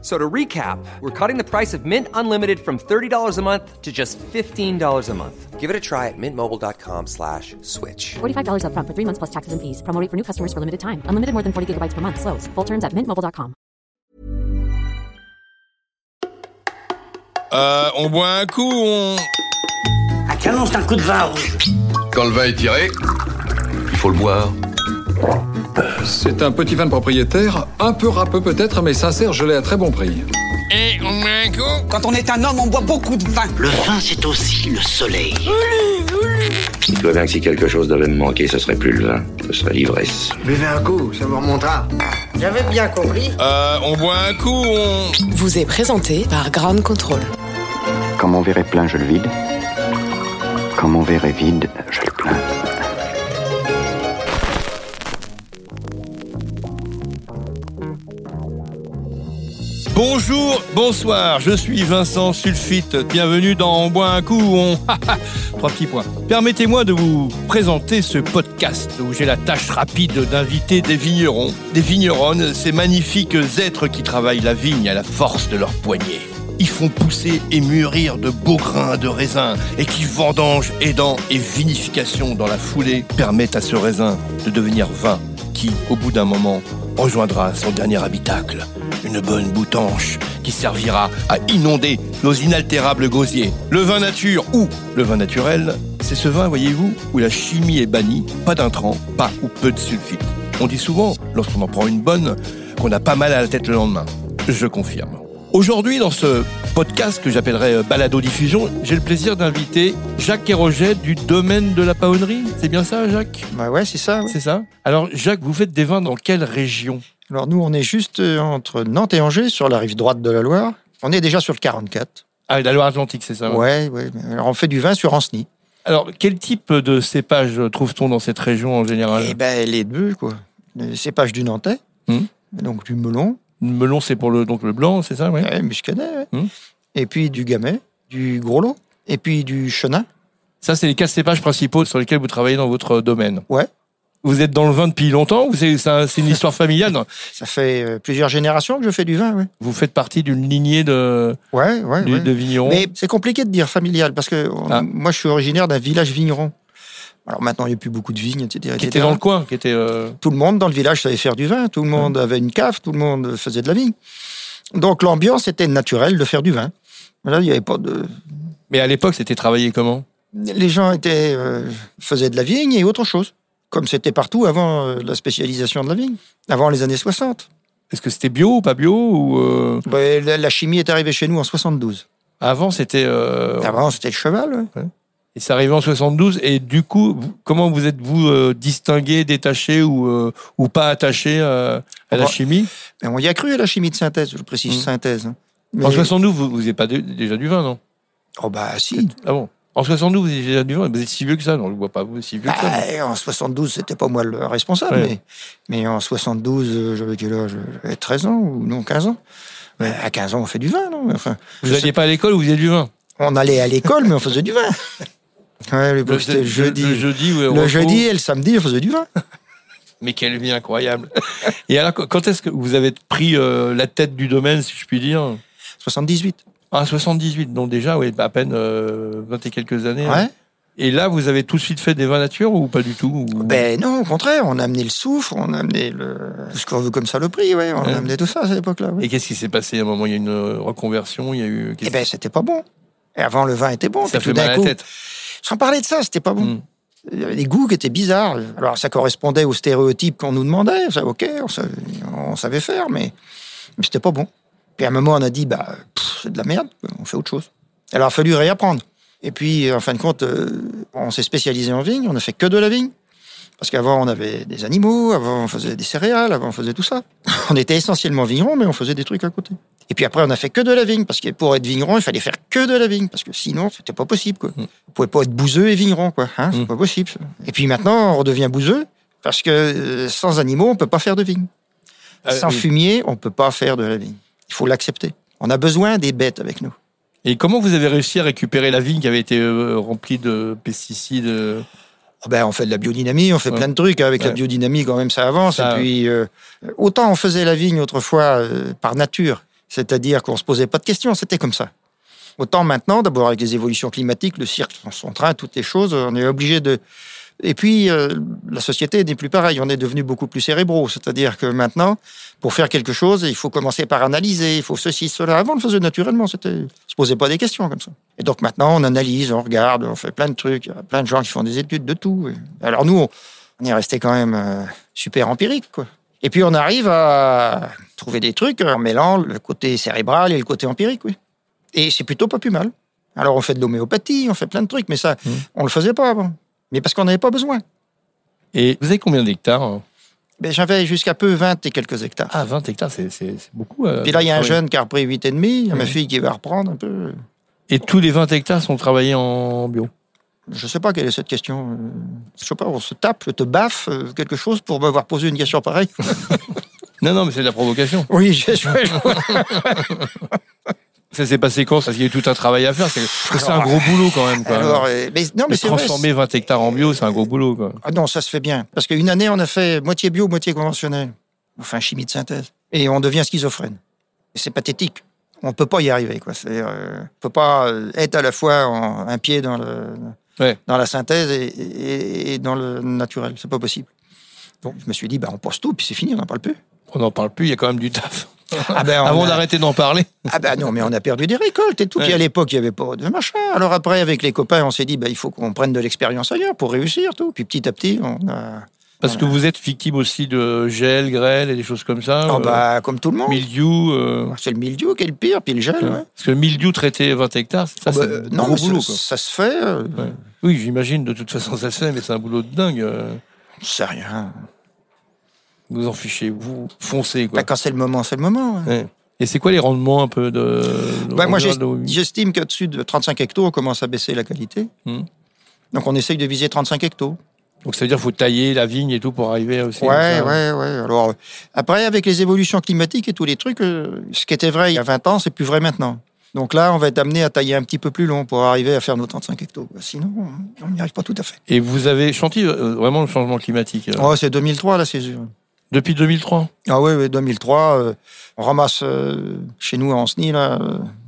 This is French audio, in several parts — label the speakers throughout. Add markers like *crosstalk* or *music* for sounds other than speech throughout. Speaker 1: So to recap, we're cutting the price of Mint Unlimited from $30 a month to just $15 a month. Give it a try at mintmobile.com slash switch.
Speaker 2: $45 upfront for three months plus taxes and fees. Promo rate for new customers for limited time. Unlimited more than 40 gigabytes per month. Slows. Full terms at mintmobile.com.
Speaker 3: Euh, on boit un coup, on...
Speaker 4: Ah, tiens, non, c'est un coup de vin rouge.
Speaker 5: Quand le vin est tiré, il faut le boire.
Speaker 6: C'est un petit vin de propriétaire, un peu râpeux peut-être, mais sincère, je l'ai à très bon prix.
Speaker 3: Et on boit un coup
Speaker 7: Quand on est un homme, on boit beaucoup de vin.
Speaker 4: Le vin, c'est aussi le soleil.
Speaker 8: Je dois bien que Ah, si quelque chose devait me manquer, ce serait plus le vin, ce serait l'ivresse.
Speaker 9: Buvez un coup, ça vous remontera.
Speaker 4: J'avais bien compris.
Speaker 3: Euh, on boit un coup, on...
Speaker 10: vous est présenté par Ground Control.
Speaker 9: Quand mon verre est plein, je le vide. Quand mon verre est vide, je le plains.
Speaker 3: Bonjour, bonsoir, je suis Vincent Sulfite. Bienvenue dans On boit un coup, on... *laughs* Trois petits points. Permettez-moi de vous présenter ce podcast où j'ai la tâche rapide d'inviter des vignerons, des vigneronnes, ces magnifiques êtres qui travaillent la vigne à la force de leurs poignets. Ils font pousser et mûrir de beaux grains de raisin et qui vendangent, aidant et vinification dans la foulée permettent à ce raisin de devenir vin qui, au bout d'un moment, rejoindra son dernier habitacle, une bonne boutanche qui servira à inonder nos inaltérables gosiers. Le vin nature ou le vin naturel, c'est ce vin, voyez-vous, où la chimie est bannie, pas d'intrants, pas ou peu de sulfite. On dit souvent, lorsqu'on en prend une bonne, qu'on a pas mal à la tête le lendemain. Je confirme. Aujourd'hui, dans ce podcast que j'appellerais euh, Balado Diffusion, j'ai le plaisir d'inviter Jacques Héroget du domaine de la paonnerie. C'est bien ça, Jacques
Speaker 11: Bah ouais, c'est ça. ouais.
Speaker 3: c'est ça Alors, Jacques, vous faites des vins dans quelle région
Speaker 11: Alors nous, on est juste euh, entre Nantes et Angers, sur la rive droite de la Loire. On est déjà sur le 44.
Speaker 3: Ah, la Loire-Atlantique, c'est ça
Speaker 11: Ouais, ouais. Alors on fait du vin sur Anceny.
Speaker 3: Alors, quel type de cépage trouve-t-on dans cette région en général
Speaker 11: Eh ben les deux, quoi. Le cépage du Nantais,
Speaker 3: Hum.
Speaker 11: donc du melon,
Speaker 3: Le melon, c'est pour le, donc le blanc, c'est ça ouais.
Speaker 11: ouais, muscadet, ouais.
Speaker 3: Hum.
Speaker 11: et puis du gamay, du gros lot, et puis du chenin.
Speaker 3: Ça, c'est les quatre cépages principaux sur lesquels vous travaillez dans votre domaine.
Speaker 11: Ouais.
Speaker 3: Vous êtes dans le vin depuis longtemps ou c'est c'est un- c'est une histoire familiale Non.
Speaker 11: Ça fait euh, plusieurs générations que je fais du vin, ouais.
Speaker 3: Vous faites partie d'une lignée de,
Speaker 11: Ouais, ouais,
Speaker 3: du-
Speaker 11: ouais.
Speaker 3: de vignerons
Speaker 11: Mais c'est compliqué de dire familial, parce que on-
Speaker 3: Ah.
Speaker 11: moi, je suis originaire d'un village vigneron. Alors maintenant, il n'y a plus beaucoup de vignes, etc.
Speaker 3: qui étaient
Speaker 11: etc.
Speaker 3: dans le coin, qui étaient. euh,
Speaker 11: tout le monde dans le village savait faire du vin, tout le monde avait une cave, tout le monde faisait de la vigne. Donc l'ambiance était naturelle de faire du vin. Là, il n'y avait pas de.
Speaker 3: Mais à l'époque, c'était travaillé comment
Speaker 11: Les gens étaient, euh, faisaient de la vigne et autre chose, comme c'était partout avant euh, la spécialisation de la vigne, avant les années 60.
Speaker 3: Est-ce que c'était bio ou pas bio ou euh,
Speaker 11: Ben, la, la chimie est arrivée chez nous en 72.
Speaker 3: avant c'était euh,
Speaker 11: Avant, c'était le cheval. hein. ouais.
Speaker 3: et c'est arrivé en 72 et du coup vous- comment vous êtes vous euh, distingué, détaché ou euh, ou pas attaché euh, à la
Speaker 11: Enfin,
Speaker 3: chimie
Speaker 11: Mais on y a cru à la chimie de synthèse, je précise
Speaker 3: Mhm.
Speaker 11: synthèse. hein. Mais-
Speaker 3: En 72 vous vous n'avez pas dé- déjà du vin non
Speaker 11: Oh, bah si.
Speaker 3: Ah bon En 72 vous avez déjà du vin, vous êtes si vieux que ça non je vois pas vous si vieux que ça.
Speaker 11: Bah, en 72, c'était pas moi le responsable,
Speaker 3: Ouais.
Speaker 11: mais, mais en 72, euh, j'avais quel âge J'avais 13 ans ou non, 15 ans. Mais à 15 ans, on fait du vin, non enfin,
Speaker 3: Vous
Speaker 11: je
Speaker 3: n'alliez pas à l'école ou vous aviez du vin
Speaker 11: sais- On allait à l'école, mais on faisait du
Speaker 3: *laughs*
Speaker 11: vin. Ouais, le, Bah, c'était le jeudi.
Speaker 3: le
Speaker 11: Le,
Speaker 3: jeudi, ouais, au repos.
Speaker 11: jeudi et le samedi, on faisait du vin.
Speaker 3: Mais quelle vie incroyable Et alors, quand est-ce que vous avez pris euh, la tête du domaine, si je puis dire
Speaker 11: 78.
Speaker 3: Ah, 78, donc déjà, oui, à peine euh, 20 et quelques années.
Speaker 11: Ouais.
Speaker 3: hein. Et là, vous avez tout de suite fait des vins nature ou pas du tout ou-
Speaker 11: Ben non, au contraire, on a amené le soufre, on a amené le. Ce qu'on veut comme ça, le prix, ouais, on
Speaker 3: Ouais.
Speaker 11: a amené tout ça à cette époque-là. ouais.
Speaker 3: Et qu'est-ce qui s'est passé à un moment Il y a eu une euh, reconversion, il y a eu.
Speaker 11: Eh ben, c'était pas bon. Et avant, le vin était bon.
Speaker 3: ça
Speaker 11: puis
Speaker 3: fait
Speaker 11: tout d'un
Speaker 3: mal à la
Speaker 11: coup- Mmh.
Speaker 3: tête.
Speaker 11: Sans parler de ça, c'était pas bon.
Speaker 3: Mm.
Speaker 11: Il y avait des goûts qui étaient bizarres. Alors, ça correspondait aux stéréotypes qu'on nous demandait. Ça, ok, on savait, on savait faire, mais, mais c'était pas bon. Puis à un moment, on a dit, bah, pff, c'est de la merde, on fait autre chose. Alors, il a fallu réapprendre. Et puis, en fin de compte, euh, on s'est spécialisé en vigne, on ne fait que de la vigne. Parce qu'avant, on avait des animaux, avant, on faisait des céréales, avant, on faisait tout ça. *laughs* On était essentiellement vignerons, mais on faisait des trucs à côté. Et puis après, on a fait que de la vigne, parce que pour être vigneron, il fallait faire que de la vigne, parce que sinon, c'était pas possible, quoi. Vous pouvez pas être bouseux et vigneron, quoi. Hein, c'est
Speaker 3: Mm.
Speaker 11: pas possible. ça. Et puis maintenant, on redevient bouseux, parce que euh, sans animaux, on peut pas faire de vigne.
Speaker 3: Euh,
Speaker 11: Sans
Speaker 3: oui.
Speaker 11: fumier, on ne peut pas faire de la vigne. Il faut l'accepter. On a besoin des bêtes avec nous.
Speaker 3: Et comment vous avez réussi à récupérer la vigne qui avait été euh, remplie de pesticides euh
Speaker 11: Ah ben, on fait de la biodynamie, on fait plein de trucs. hein, Avec la
Speaker 3: Ouais.
Speaker 11: biodynamie, quand même, ça avance.
Speaker 3: Ça-
Speaker 11: et puis, euh, autant on faisait la vigne autrefois euh, par nature, c'est-à-dire qu'on ne se posait pas de questions, c'était comme ça. Autant maintenant, d'abord avec les évolutions climatiques, le cirque, son- son train, toutes les choses, on est obligé de... Et puis, euh, la société n'est plus pareille, on est devenu beaucoup plus cérébraux. C'est-à-dire que maintenant, pour faire quelque chose, il faut commencer par analyser, il faut ceci, cela. Avant, on le faisait naturellement, c'était... on se posait pas des questions comme ça. Et donc maintenant, on analyse, on regarde, on fait plein de trucs. Il y a plein de gens qui font des études de tout. Et Alors nous, on, on est resté quand même euh, super empirique, quoi. Et puis on arrive à trouver des trucs en mêlant le côté cérébral et le côté empirique, oui. Et c'est plutôt pas plus mal. Alors on fait de l'homéopathie, on fait plein de trucs, mais ça, on le faisait pas avant. Mais parce qu'on n'avait pas besoin.
Speaker 3: Et vous avez combien d'hectares hein
Speaker 11: Mais j'avais jusqu'à peu 20 et quelques hectares.
Speaker 3: Ah, 20 hectares, c'est c'est- c'est beaucoup. euh,
Speaker 11: Puis là, il y a un
Speaker 3: travailler.
Speaker 11: jeune qui a repris 8,5, il y a ma
Speaker 3: Mhm.
Speaker 11: fille qui va reprendre un peu.
Speaker 3: Et tous les 20 hectares sont travaillés en bio.
Speaker 11: Je sais pas quelle est cette question. euh, Je sais pas, on se tape, je te baffe euh, quelque chose pour m'avoir posé une question pareille.
Speaker 3: Non, non, mais c'est de la provocation.
Speaker 11: *laughs* Oui, je, *laughs* je-
Speaker 3: Ça s'est passé quand Ça, Il y a eu tout un travail à faire. C'est c'est un gros boulot quand même. Quoi.
Speaker 11: Alors, euh, mais non,
Speaker 3: De
Speaker 11: mais c'est vrai,
Speaker 3: transformer 20 hectares en bio, c'est un gros boulot. Quoi.
Speaker 11: Ah non, ça se fait bien. Parce qu'une année, on a fait moitié bio, moitié conventionnel. Enfin, chimie de synthèse. Et on devient schizophrène. Et C'est pathétique. On peut pas y arriver, quoi. C'est, euh, on peut pas euh, être à la fois en- un pied dans, le,
Speaker 3: Ouais.
Speaker 11: dans la synthèse et, et- et dans le naturel. C'est pas possible. Donc, je me suis dit, bah, on pense tout, puis c'est fini, on n'en parle plus.
Speaker 3: On n'en parle plus, il y a quand même du taf.
Speaker 11: Ah ben,
Speaker 3: *laughs*
Speaker 11: on
Speaker 3: Avant
Speaker 11: a-
Speaker 3: d'arrêter d'en parler.
Speaker 11: Ah bah non, mais on a perdu des récoltes et tout. Puis
Speaker 3: Ouais.
Speaker 11: à l'époque, il n'y avait pas de machin. Alors après, avec les copains, on s'est dit, bah, il faut qu'on prenne de l'expérience ailleurs pour réussir, tout. Puis petit à petit, on
Speaker 3: Ah
Speaker 11: a...
Speaker 3: Parce que vous êtes victime aussi de gel, grêle et des choses comme ça.
Speaker 11: Ah
Speaker 3: euh,
Speaker 11: bah, comme tout le monde.
Speaker 3: Mildiou. euh,
Speaker 11: C'est le mildiou qui est le pire, puis le gel, ouais.
Speaker 3: Parce que mildiou traité 20 hectares, ça,
Speaker 11: Ah bah,
Speaker 3: c'est
Speaker 11: euh,
Speaker 3: un
Speaker 11: non,
Speaker 3: gros
Speaker 11: mais ça-
Speaker 3: boulot.
Speaker 11: ça,
Speaker 3: quoi.
Speaker 11: se fait. euh,
Speaker 3: Ouais. Oui, j'imagine, de toute façon, ça se fait, mais c'est un boulot de dingue. euh.
Speaker 11: C'est rien.
Speaker 3: Vous en fichez, vous foncez.
Speaker 11: Bah,
Speaker 3: Quoi.
Speaker 11: quand c'est le moment, c'est le moment. ouais.
Speaker 3: Ouais. Et c'est quoi les rendements un peu de.
Speaker 11: Bah, moi,
Speaker 3: j'ai.
Speaker 11: j'est- j'estime qu'au-dessus de 35 hectos, on commence à baisser la qualité.
Speaker 3: Hmm.
Speaker 11: Donc, on essaye de viser 35 hectos.
Speaker 3: Donc ça veut dire qu'il faut tailler la vigne et tout pour arriver aussi.
Speaker 11: Ouais,
Speaker 3: à ça.
Speaker 11: ouais, ouais. Alors, euh, après, avec les évolutions climatiques et tous les trucs, euh, ce qui était vrai il y a 20 ans, c'est plus vrai maintenant. Donc là, on va être amené à tailler un petit peu plus long pour arriver à faire nos 35 hectos. quoi. Sinon, on- on n'y arrive pas tout à fait.
Speaker 3: Et vous avez chanté euh, vraiment le changement climatique. euh,
Speaker 11: Oh, c'est 2003, la césure.
Speaker 3: Depuis 2003
Speaker 11: Ah oui, oui 2003, euh, on ramasse euh, chez nous à Anceny, là,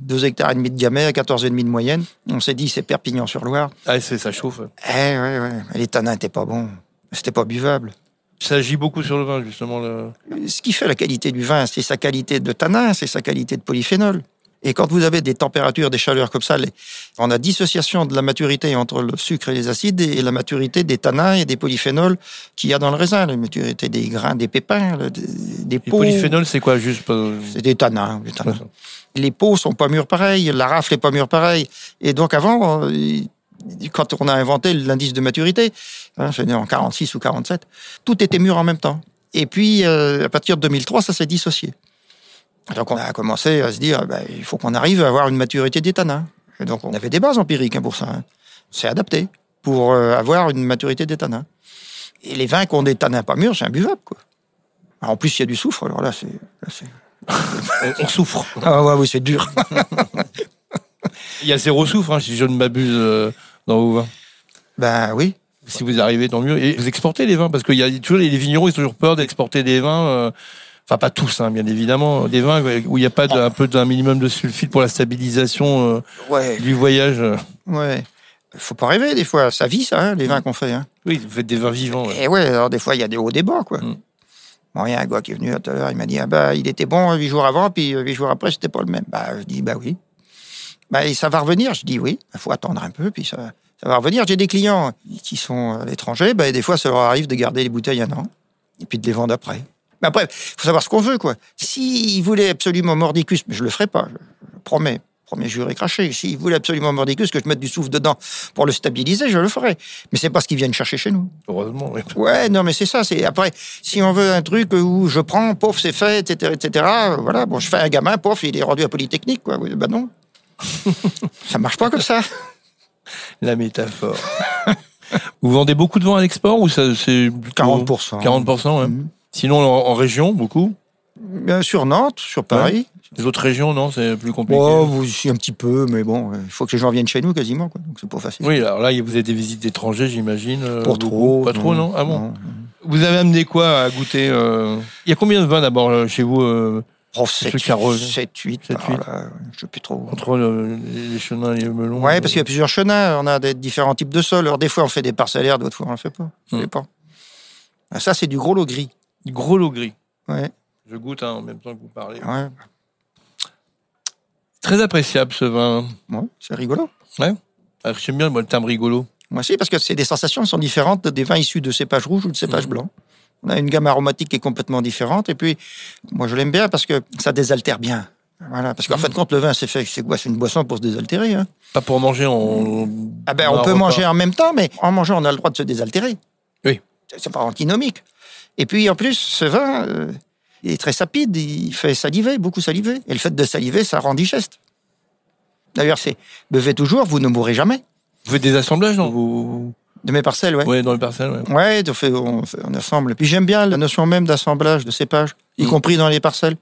Speaker 11: 2 hectares et demi de diamètre, 14 et demi de moyenne. On s'est dit, c'est Perpignan-sur-Loire.
Speaker 3: Ah, c'est, ça chauffe.
Speaker 11: Eh ouais, ouais, les tanins n'étaient pas bons. C'était pas buvable.
Speaker 3: Ça agit beaucoup sur le vin, justement. Le...
Speaker 11: Ce qui fait la qualité du vin, c'est sa qualité de tanin, c'est sa qualité de polyphénol. Et quand vous avez des températures, des chaleurs comme ça, les- on a dissociation de la maturité entre le sucre et les acides et la maturité des tanins et des polyphénols qu'il y a dans le raisin, la maturité des grains, des pépins, le- des, des
Speaker 3: Les
Speaker 11: peaux.
Speaker 3: polyphénols, c'est quoi Juste. euh, pas-
Speaker 11: C'est des tanins. des tanins.
Speaker 3: D'accord.
Speaker 11: Les peaux sont pas mûres pareilles, la rafle est pas mûre pareille. Et donc avant, euh, quand on a inventé l'indice de maturité, hein, c'est né en 46 ou 47, tout était mûr en même temps. Et puis, euh, à partir de 2003, ça s'est dissocié. Donc on a commencé à se dire, ben, il faut qu'on arrive à avoir une maturité des tanins. Et donc on avait des bases empiriques hein, pour ça. hein. C'est adapté pour euh, avoir une maturité des tanins. Et les vins qui ont des tanins pas mûrs, c'est imbuvable. Quoi. Alors, en plus, il y a du soufre, alors là, c'est... là, c'est-
Speaker 3: On, on souffre.
Speaker 11: Ah ouais, oui, c'est dur.
Speaker 3: Il y a zéro soufre, hein, si je ne m'abuse, euh, dans vos vins.
Speaker 11: *laughs* Ben oui.
Speaker 3: Si vous arrivez, tant mieux. Et vous exportez les vins, parce qu'il y a toujours les vignerons, ils ont toujours peur d'exporter des vins. euh, Enfin, pas tous, hein, bien évidemment. Des vins où il n'y a pas de- un peu d'un minimum de sulfite pour la stabilisation euh,
Speaker 11: Ouais.
Speaker 3: du voyage. euh.
Speaker 11: Ouais. Faut pas rêver, des fois. Ça vit, ça, hein, les vins qu'on fait. Hein.
Speaker 3: Oui, vous faites des vins vivants. ouais.
Speaker 11: Et ouais, alors des fois, il y a des hauts, des bas, quoi.
Speaker 3: Mm.
Speaker 11: Bon, il y a un gars qui est venu tout à l'heure, il m'a dit, ah bah, il était bon euh, huit jours avant, puis euh, huit jours après, c'était pas le même. Bah, je dis, bah oui. Bah, et ça va revenir. Je dis, oui, il faut attendre un peu, puis ça, ça va revenir. J'ai des clients qui sont à l'étranger, bah, et des fois, ça leur arrive de garder les bouteilles un an, et puis de les vendre après. Mais après, faut savoir ce qu'on veut, quoi. S'ils voulaient absolument mordicus, mais je le ferai pas, je, je le promets. Premier juré craché. S'ils voulaient absolument mordicus, que je mette du soufre dedans pour le stabiliser, je le ferai. Mais c'est pas ce qu'ils viennent chercher chez nous.
Speaker 3: Heureusement, oui.
Speaker 11: Ouais, non, mais c'est ça. C'est après, si on veut un truc où je prends, pof, c'est fait, etc., etc. euh, Voilà, bon, je fais un gamin, pof, il est rendu à Polytechnique, quoi. Oui,
Speaker 3: *laughs*
Speaker 11: bah non, ça marche pas comme ça.
Speaker 3: La métaphore. *laughs* vous vendez beaucoup de vins à l'export ou ça c'est plutôt-
Speaker 11: 40%.
Speaker 3: 40%, ouais.
Speaker 11: Mhm.
Speaker 3: Sinon en, en région, beaucoup.
Speaker 11: Euh, sur Nantes, sur Paris.
Speaker 3: Les autres régions, non, c'est plus compliqué.
Speaker 11: Oh, vous aussi un petit peu, mais bon, il faut que les gens viennent chez nous quasiment, quoi. Donc c'est pas facile.
Speaker 3: Oui, alors là, vous avez des visites d'étrangers, j'imagine. euh,
Speaker 11: Pas
Speaker 3: beaucoup.
Speaker 11: trop,
Speaker 3: Pas trop,
Speaker 11: non,
Speaker 3: non Ah bon Vous avez amené quoi à goûter euh Il y a combien de vins d'abord euh, chez vous euh,
Speaker 11: Oh,
Speaker 3: Monsieur Carole.
Speaker 11: 7, 8,
Speaker 3: Sept, huit.
Speaker 11: je sais plus trop.
Speaker 3: Entre euh, les chenins et les melons
Speaker 11: Ouais,
Speaker 3: euh,
Speaker 11: parce qu'il y a plusieurs chenins, on a des différents types de sols. Alors des fois on fait des parcellaires, d'autres fois on ne fait pas. Ça
Speaker 3: Hmm.
Speaker 11: dépend. Ah, Ça c'est du gros lot gris.
Speaker 3: Gros lot gris.
Speaker 11: Ouais,
Speaker 3: Je goûte hein, en même temps que vous parlez.
Speaker 11: ouais.
Speaker 3: Très appréciable ce vin.
Speaker 11: Ouais, c'est rigolo.
Speaker 3: Alors, J'aime bien moi, le terme rigolo.
Speaker 11: Moi aussi, parce que c'est des sensations qui sont différentes des vins issus de cépages rouges ou de cépages blancs. On a une gamme aromatique qui est complètement différente. Et puis, moi, je l'aime bien parce que ça désaltère bien. Voilà, parce qu'en fin de compte, le vin, c'est fait, c'est quoi C'est une boisson pour se désaltérer. hein.
Speaker 3: Pas pour manger, on.
Speaker 11: Ah ben,
Speaker 3: un
Speaker 11: on peut
Speaker 3: repas.
Speaker 11: manger en même temps, mais en mangeant, on a le droit de se désaltérer.
Speaker 3: Oui.
Speaker 11: C'est- C'est pas antinomique. Et puis, en plus, ce vin, euh, il est très sapide, il fait saliver, beaucoup saliver. Et le fait de saliver, ça rend digeste. D'ailleurs, c'est buvez toujours, vous ne mourrez jamais.
Speaker 3: Vous faites des assemblages dans vos.
Speaker 11: De mes parcelles, ouais.
Speaker 3: Ouais, dans le parcelle, ouais.
Speaker 11: Ouais, on, fait, on, fait- on assemble. Puis j'aime bien la notion même d'assemblage de cépages, y
Speaker 3: Mm.
Speaker 11: compris dans les parcelles.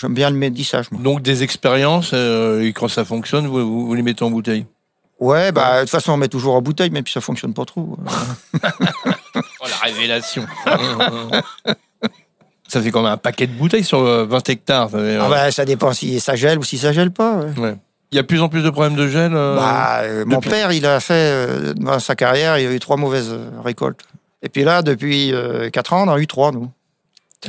Speaker 11: J'aime bien le médissage, moi.
Speaker 3: Donc des expériences, euh, et quand ça fonctionne, vous, vous- vous les mettez en bouteille.
Speaker 11: Ouais, bah, de toute façon, on met toujours en bouteille, même si ça fonctionne pas trop. hein.
Speaker 3: Oh la révélation *laughs* Ça fait quand même un paquet de bouteilles sur euh, 20 hectares. ça fait, euh,
Speaker 11: Ah bah, ça dépend si ça gèle ou si ça gèle pas. ouais.
Speaker 3: ouais. Il y a de plus en plus de problèmes de gel. euh,
Speaker 11: Bah, euh, mon père, il a fait, euh, dans sa carrière, il a eu trois mauvaises euh, récoltes. Et puis là, depuis euh, quatre ans, on en a eu trois, nous.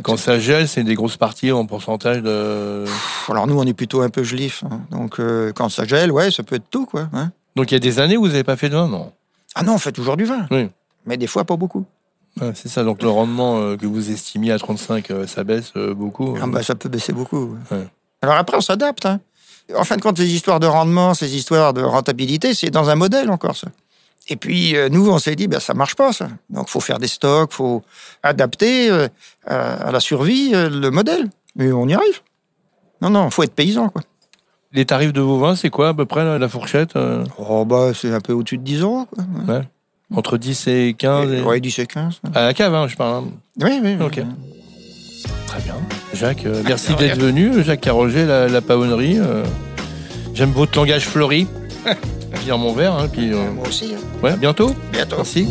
Speaker 3: quand ça gèle, c'est des grosses parties en pourcentage de...
Speaker 11: Pff, Alors nous, on est plutôt un peu gelif. hein. Donc euh, quand ça gèle, ouais, ça peut être tout, quoi. hein.
Speaker 3: Donc il y a des années où vous n'avez pas fait de vin, non
Speaker 11: Ah non, on fait toujours du vin.
Speaker 3: Oui.
Speaker 11: Mais des fois, pas beaucoup.
Speaker 3: Ouais, C'est ça, donc le rendement euh, que vous estimiez à 35, euh, ça baisse euh, beaucoup.
Speaker 11: Ah bah, ça peut baisser beaucoup. ouais.
Speaker 3: Ouais.
Speaker 11: Alors après, on s'adapte. hein. En fin de compte, ces histoires de rendement, ces histoires de rentabilité, c'est dans un modèle encore ça. Et puis euh, nous, on s'est dit, bah, ça marche pas ça. Donc faut faire des stocks, faut adapter euh, à, à la survie euh, le modèle. Mais on y arrive. Non, non, faut être paysan quoi.
Speaker 3: Les tarifs de vos vins, c'est quoi à peu près là, la fourchette euh,
Speaker 11: Oh bah c'est un peu au-dessus de 10 euros. Quoi.
Speaker 3: Entre 10 et 15 et-
Speaker 11: Ouais, 10 et 15.
Speaker 3: À la cave, hein, je parle. hein.
Speaker 11: Oui, oui. oui.
Speaker 3: Ok. Très bien. Jacques, euh, merci d'être venu. Jacques Carroger, la, la pavonnerie. euh, J'aime votre langage fleuri. Je vais dire mon verre, hein, puis euh,
Speaker 11: Moi aussi. hein.
Speaker 3: ouais, à bientôt.
Speaker 11: Bientôt.
Speaker 3: Merci.